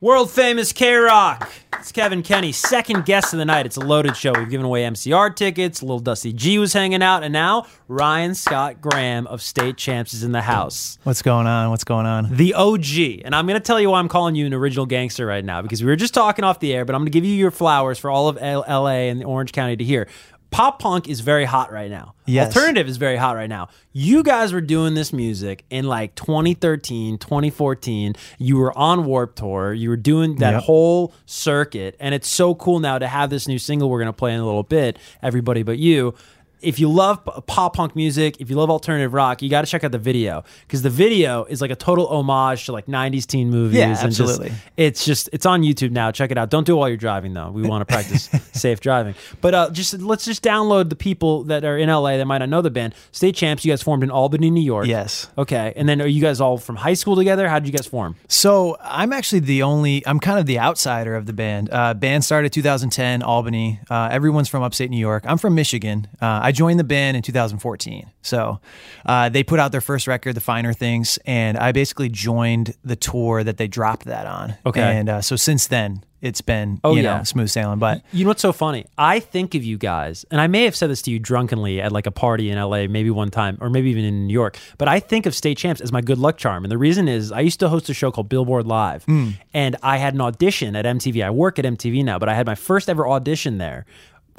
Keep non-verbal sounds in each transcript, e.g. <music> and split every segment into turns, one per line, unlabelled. World famous K Rock. It's Kevin Kenny, second guest of the night. It's a loaded show. We've given away MCR tickets. Little Dusty G was hanging out, and now Ryan Scott Graham of State Champs is in the house.
What's going on? What's going on?
The OG. And I'm going to tell you why I'm calling you an original gangster right now because we were just talking off the air, but I'm going to give you your flowers for all of L- LA and Orange County to hear. Pop punk is very hot right now.
Yes.
Alternative is very hot right now. You guys were doing this music in like 2013, 2014. You were on Warp Tour. You were doing that
Yep.
whole circuit. And it's so cool now to have this new single we're going to play in a little bit, Everybody But You. If you love p- pop punk music, if you love alternative rock, you got to check out the video because the video is like a total homage to like 90s teen movies.
Yeah,
and just-
absolutely.
it's just it's on YouTube now. Check it out. Don't do it while you're driving though. We want to practice safe driving. But uh, just let's just download the people that are in LA that might not know the band. State Champs, you guys formed in Albany, New York.
Yes.
Okay. And then are you guys all from high school together? How did you guys form?
So I'm actually the only. I'm kind of the outsider of the band. Uh, band started 2010, Albany. Uh, everyone's from upstate New York. I'm from Michigan. Uh, I joined the band in 2014. So uh, they put out their first record, The Finer Things, and I basically joined the tour that they dropped that on.
Okay.
And uh, so since then, it's been
Oh,
you
yeah.
know smooth sailing. But
You know what's so funny? I think of you guys, and I may have said this to you drunkenly at like a party in LA, maybe one time, or maybe even in New York. But I think of State Champs as my good luck charm, and the reason is I used to host a show called Billboard Live,
Hmm.
and I had an audition at MTV. I work at MTV now, but I had my first ever audition there.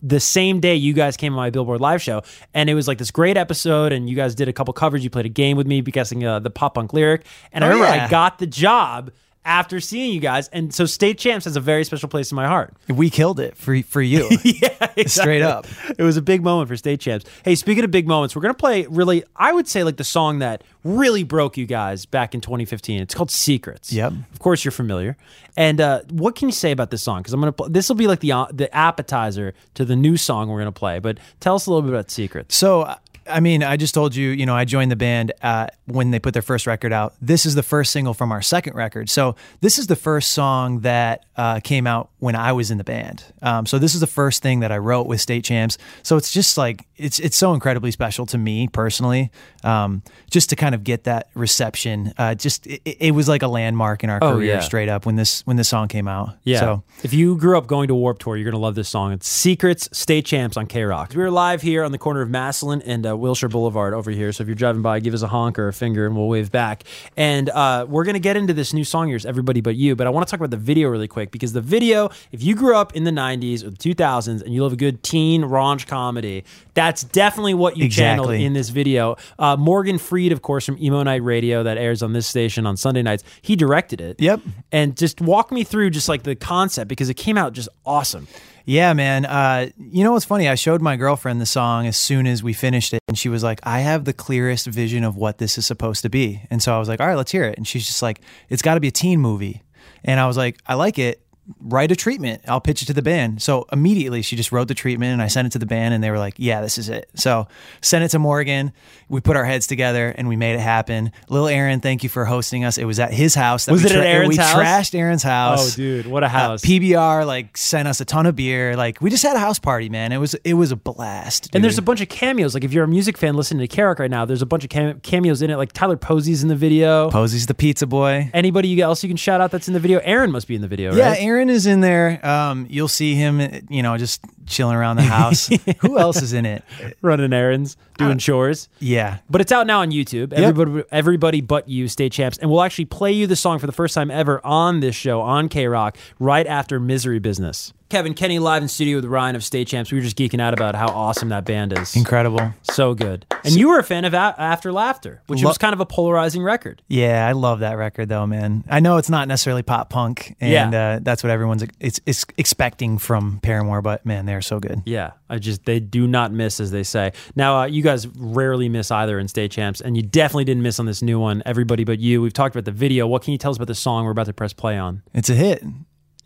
The same day you guys came on my Billboard Live show, and it was like this great episode, and you guys did a couple covers. You played a game with me, guessing uh, the pop punk lyric, and I
Oh,
remember I
yeah.
got the job after seeing you guys, and so State Champs has a very special place in my heart.
we killed it for for you.
<laughs> Yeah,
Straight up.
<laughs> It was a big moment for state champs. Hey, speaking of big moments, we're gonna play really. I would say like the song that really broke you guys back in 2015. It's called "Secrets."
Yep.
Of course, you're familiar. And uh, what can you say about this song? Because I'm gonna play. This will be like the uh, the appetizer to the new song we're gonna play. But tell us a little bit about "Secrets."
So, I- I mean, I just told you, you know, I joined the band uh, when they put their first record out. This is the first single from our second record. So, this is the first song that uh, came out when I was in the band. Um, so, this is the first thing that I wrote with State Champs. So, it's just like it's it's so incredibly special to me personally, um, just to kind of get that reception. Uh, just it, it it was like a landmark in our
Oh,
career,
yeah.
straight up when this when this song came out.
Yeah.
So,
If you grew up going to Warp Tour, you're gonna love this song. It's Secrets, State Champs on K Rock. We're live here on the corner of Maslin and uh, Wilshire Boulevard over here. So if you're driving by, give us a honk or a finger, and we'll wave back. And uh, we're gonna get into this new song here's "Everybody But You," but I want to talk about the video really quick because the video, if you grew up in the '90s or the 2000s and you love a good teen raunch comedy, that's definitely what you channeled
Exactly.
in this video. Uh, Morgan Freed, of course, from Emo Night Radio, that airs on this station on Sunday nights. He directed it
Yep.
and just walk me through just like the concept because it came out just awesome.
Yeah, man. Uh, you know what's funny? I showed my girlfriend the song as soon as we finished it, and she was like, "I have the clearest vision of what this is supposed to be." And so I was like, "All right, let's hear it." And she's just like, "It's got to be a teen movie," and I was like, "I like it." Write a treatment. I'll pitch it to the band. So immediately she just wrote the treatment and I sent it to the band and they were like, yeah, this is it. So sent it to Morgan. We put our heads together and we made it happen. Lil Aaron, thank you for hosting us. It was at his house. That
Was
we
it at
and
Aaron's
we
house?
trashed Aaron's house.
Oh, dude, what a
Uh,
house.
PBR like sent us a ton of beer. Like we just had a house party, man. It was it was a blast.
And there's a
dude.
bunch of cameos. Like if you're a music fan listening to Carrick right now, there's a bunch of cam- cameos in it. Like Tyler Posey's in the video.
Posey's the pizza boy.
Anybody you- else you can shout out that's in the video? Aaron must be in the video,
Yeah,
right?
Aaron Aaron is in there. Um, you'll see him, you know, just chilling around the <laughs> house. Who else is in it?
running errands,
Uh,
doing chores.
Yeah.
But it's out now on YouTube. Everybody, everybody but you, State Champs, and we'll actually play you the song for the first time ever on this show on K Rock right after Misery Business. Kevin Kenny live in studio with Ryan of State Champs. We were just geeking out about how awesome that band is.
Incredible.
So good. And you were a fan of a- After Laughter, which
Lo-
was kind of a polarizing record.
Yeah, I love that record though, man. I know it's not necessarily pop punk, and
Yeah.
uh, that's what everyone's ex- it's, it's expecting from Paramore. But man, they're so good.
Yeah, I just they do not miss, as they say. Now, uh, you guys rarely miss either in state champs, and you definitely didn't miss on this new one. Everybody but you. We've talked about the video. What can you tell us about the song we're about to press play on?
It's a hit.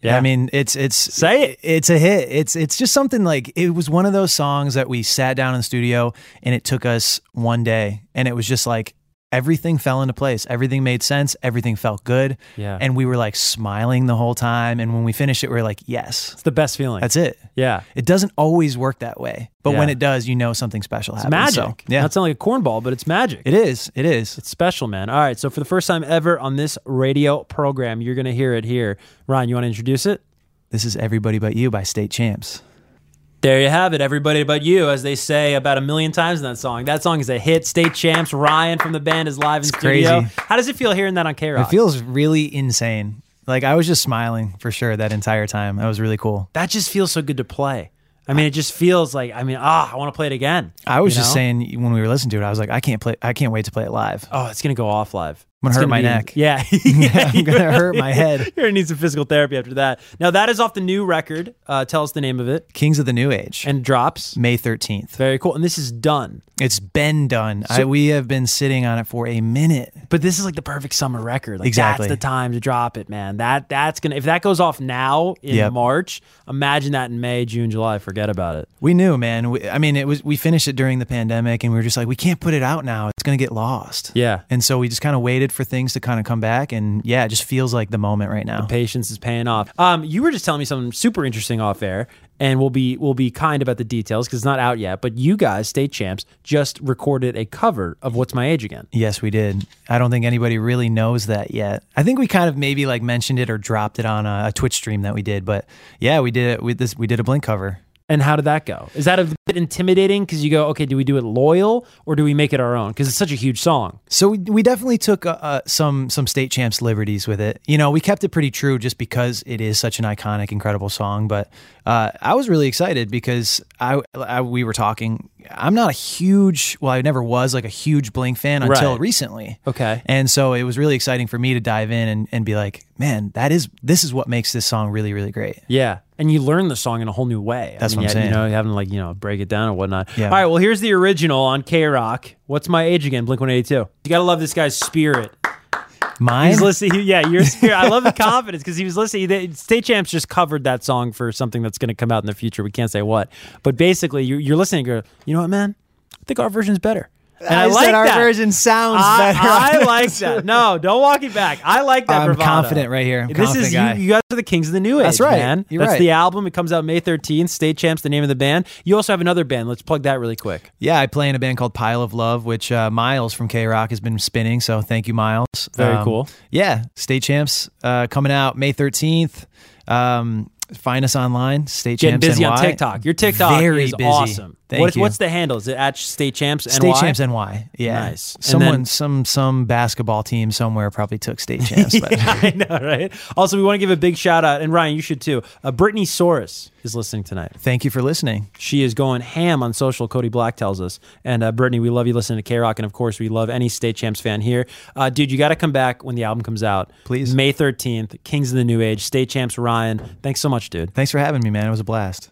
Yeah.
I mean, it's it's
Say it.
It's a hit. It's it's just something like it was one of those songs that we sat down in the studio and it took us one day and it was just like everything fell into place. Everything made sense. Everything felt good.
Yeah.
And we were like smiling the whole time. And when we finished it, we were like, yes,
It's the best feeling.
that's it.
yeah.
It doesn't always work that way, but when
Yeah.
it does, you know something special
It's
happens.
magic.
So, yeah,
Not sound like a cornball, but it's magic.
it is. It is.
It's special, man. All right. So for the first time ever on this radio program, you're gonna hear it here. Ryan, you want to introduce it?
This is Everybody But You by State Champs.
There you have it, everybody but you, as they say about a million times in that song. That song is a hit. State champs Ryan from the band is live in studio.
crazy.
How does it feel hearing that on K
It
Rock?
feels really insane. Like I was just smiling for sure that entire time. That was really cool.
that just feels so good to play. I mean, it just feels like I mean, ah, I want to play it again.
I was
you
just
know?
saying when we were listening to it, I was like, I can't play. I can't wait to play it live.
oh, it's gonna go off live.
I'm gonna
It's
hurt my
be-
neck.
<laughs>
<laughs>
Yeah,
I'm gonna hurt my head.
<laughs> You're gonna need some physical therapy after that. Now that is off the new record. Uh, tell us the name of it
Kings of the New Age,
and drops.
May 13th.
Very cool. And this is done.
It's been done. I, we have been sitting on it for a minute.
But this is like the perfect summer record. Like
Exactly.
that's the time to drop it, man. That that's gonna if that goes off now in
Yep.
March, imagine that in May, June, July. Forget about it.
We knew, man. We, I mean, it was we finished it during the pandemic, and we were just like, we can't put it out now. It's gonna get lost.
Yeah.
And so we just kind of waited for things to kind of come back, and yeah, it just feels like the moment right now.
Patience is paying off. Um, you were just telling me something super interesting off air, and we'll be we'll be kind about the details because it's not out yet. But you guys, state champs, just recorded a cover of "What's My Age Again."
Yes, we did. I don't think anybody really knows that yet. I think we kind of maybe like mentioned it or dropped it on a, a Twitch stream that we did, but yeah, we did it. We this we did a Blink cover.
And how did that go? Is that a bit intimidating? Because you go, okay, do we do it loyal or do we make it our own? Because it's such a huge song.
So we, we definitely took uh, uh, some some state champs liberties with it. You know, we kept it pretty true just because it is such an iconic, incredible song. But uh, I was really excited because I, I we were talking. I'm not a huge, well, I never was like a huge Blink fan until
Right.
recently.
Okay.
and so it was really exciting for me to dive in and, and be like, man, that is this is what makes this song really really great.
Yeah. And you learn the song in a whole new way.
That's
I mean,
what
yeah,
I'm saying.
You know, you having to like, you know, break it down and whatnot.
Yeah.
All right. Well, here's the original on K Rock. What's my age again? Blink 182. You got to love this guy's spirit.
Mine,
He's listening. Yeah, your spirit. I love
<laughs>
the confidence because he was listening. They, State Champs just covered that song for something that's going to come out in the future. We can't say what. But basically, you're, you're listening. You go, you know what, man? I think our version's better. And I,
I,
like
said our
that.
version sounds
I,
better.
I
<laughs>
like that. No, don't walk it back. I like that.
I'm
bravado.
confident right here. I'm
this
confident
is
guy.
You, you guys are the kings of the new age.
That's right.
Man.
You're
That's
right.
the album. It comes out May 13th. State Champs, the name of the band. You also have another band. Let's plug that really quick.
Yeah, I play in a band called Pile of Love, which uh, Miles from K Rock has been spinning. So thank you, Miles.
Very
Um,
cool.
Yeah, State Champs uh, coming out May 13th. Um, find us online, State
Getting
Champs
busy
NY.
on TikTok. Your TikTok
Very
is
busy.
awesome.
Thank
What-
you.
What's the handle? Is it at State Champs?
State
NY?
Champs NY. Yeah.
Nice. And
Someone,
then-
some, some basketball team somewhere probably took State
<laughs>
Champs, but
I know, right? Also, we want to give a big shout out, and Ryan, you should too. Uh, Brittany Soros is listening tonight.
thank you for listening.
She is going ham on social. Cody Black tells us, and uh, Brittany, we love you listening to K Rock, and of course, we love any State Champs fan here. Uh, dude, you got to come back when the album comes out,
Please.
May thirteenth, Kings of the New Age, State Champs Ryan. Thanks so much, dude.
Thanks for having me, man. It was a blast.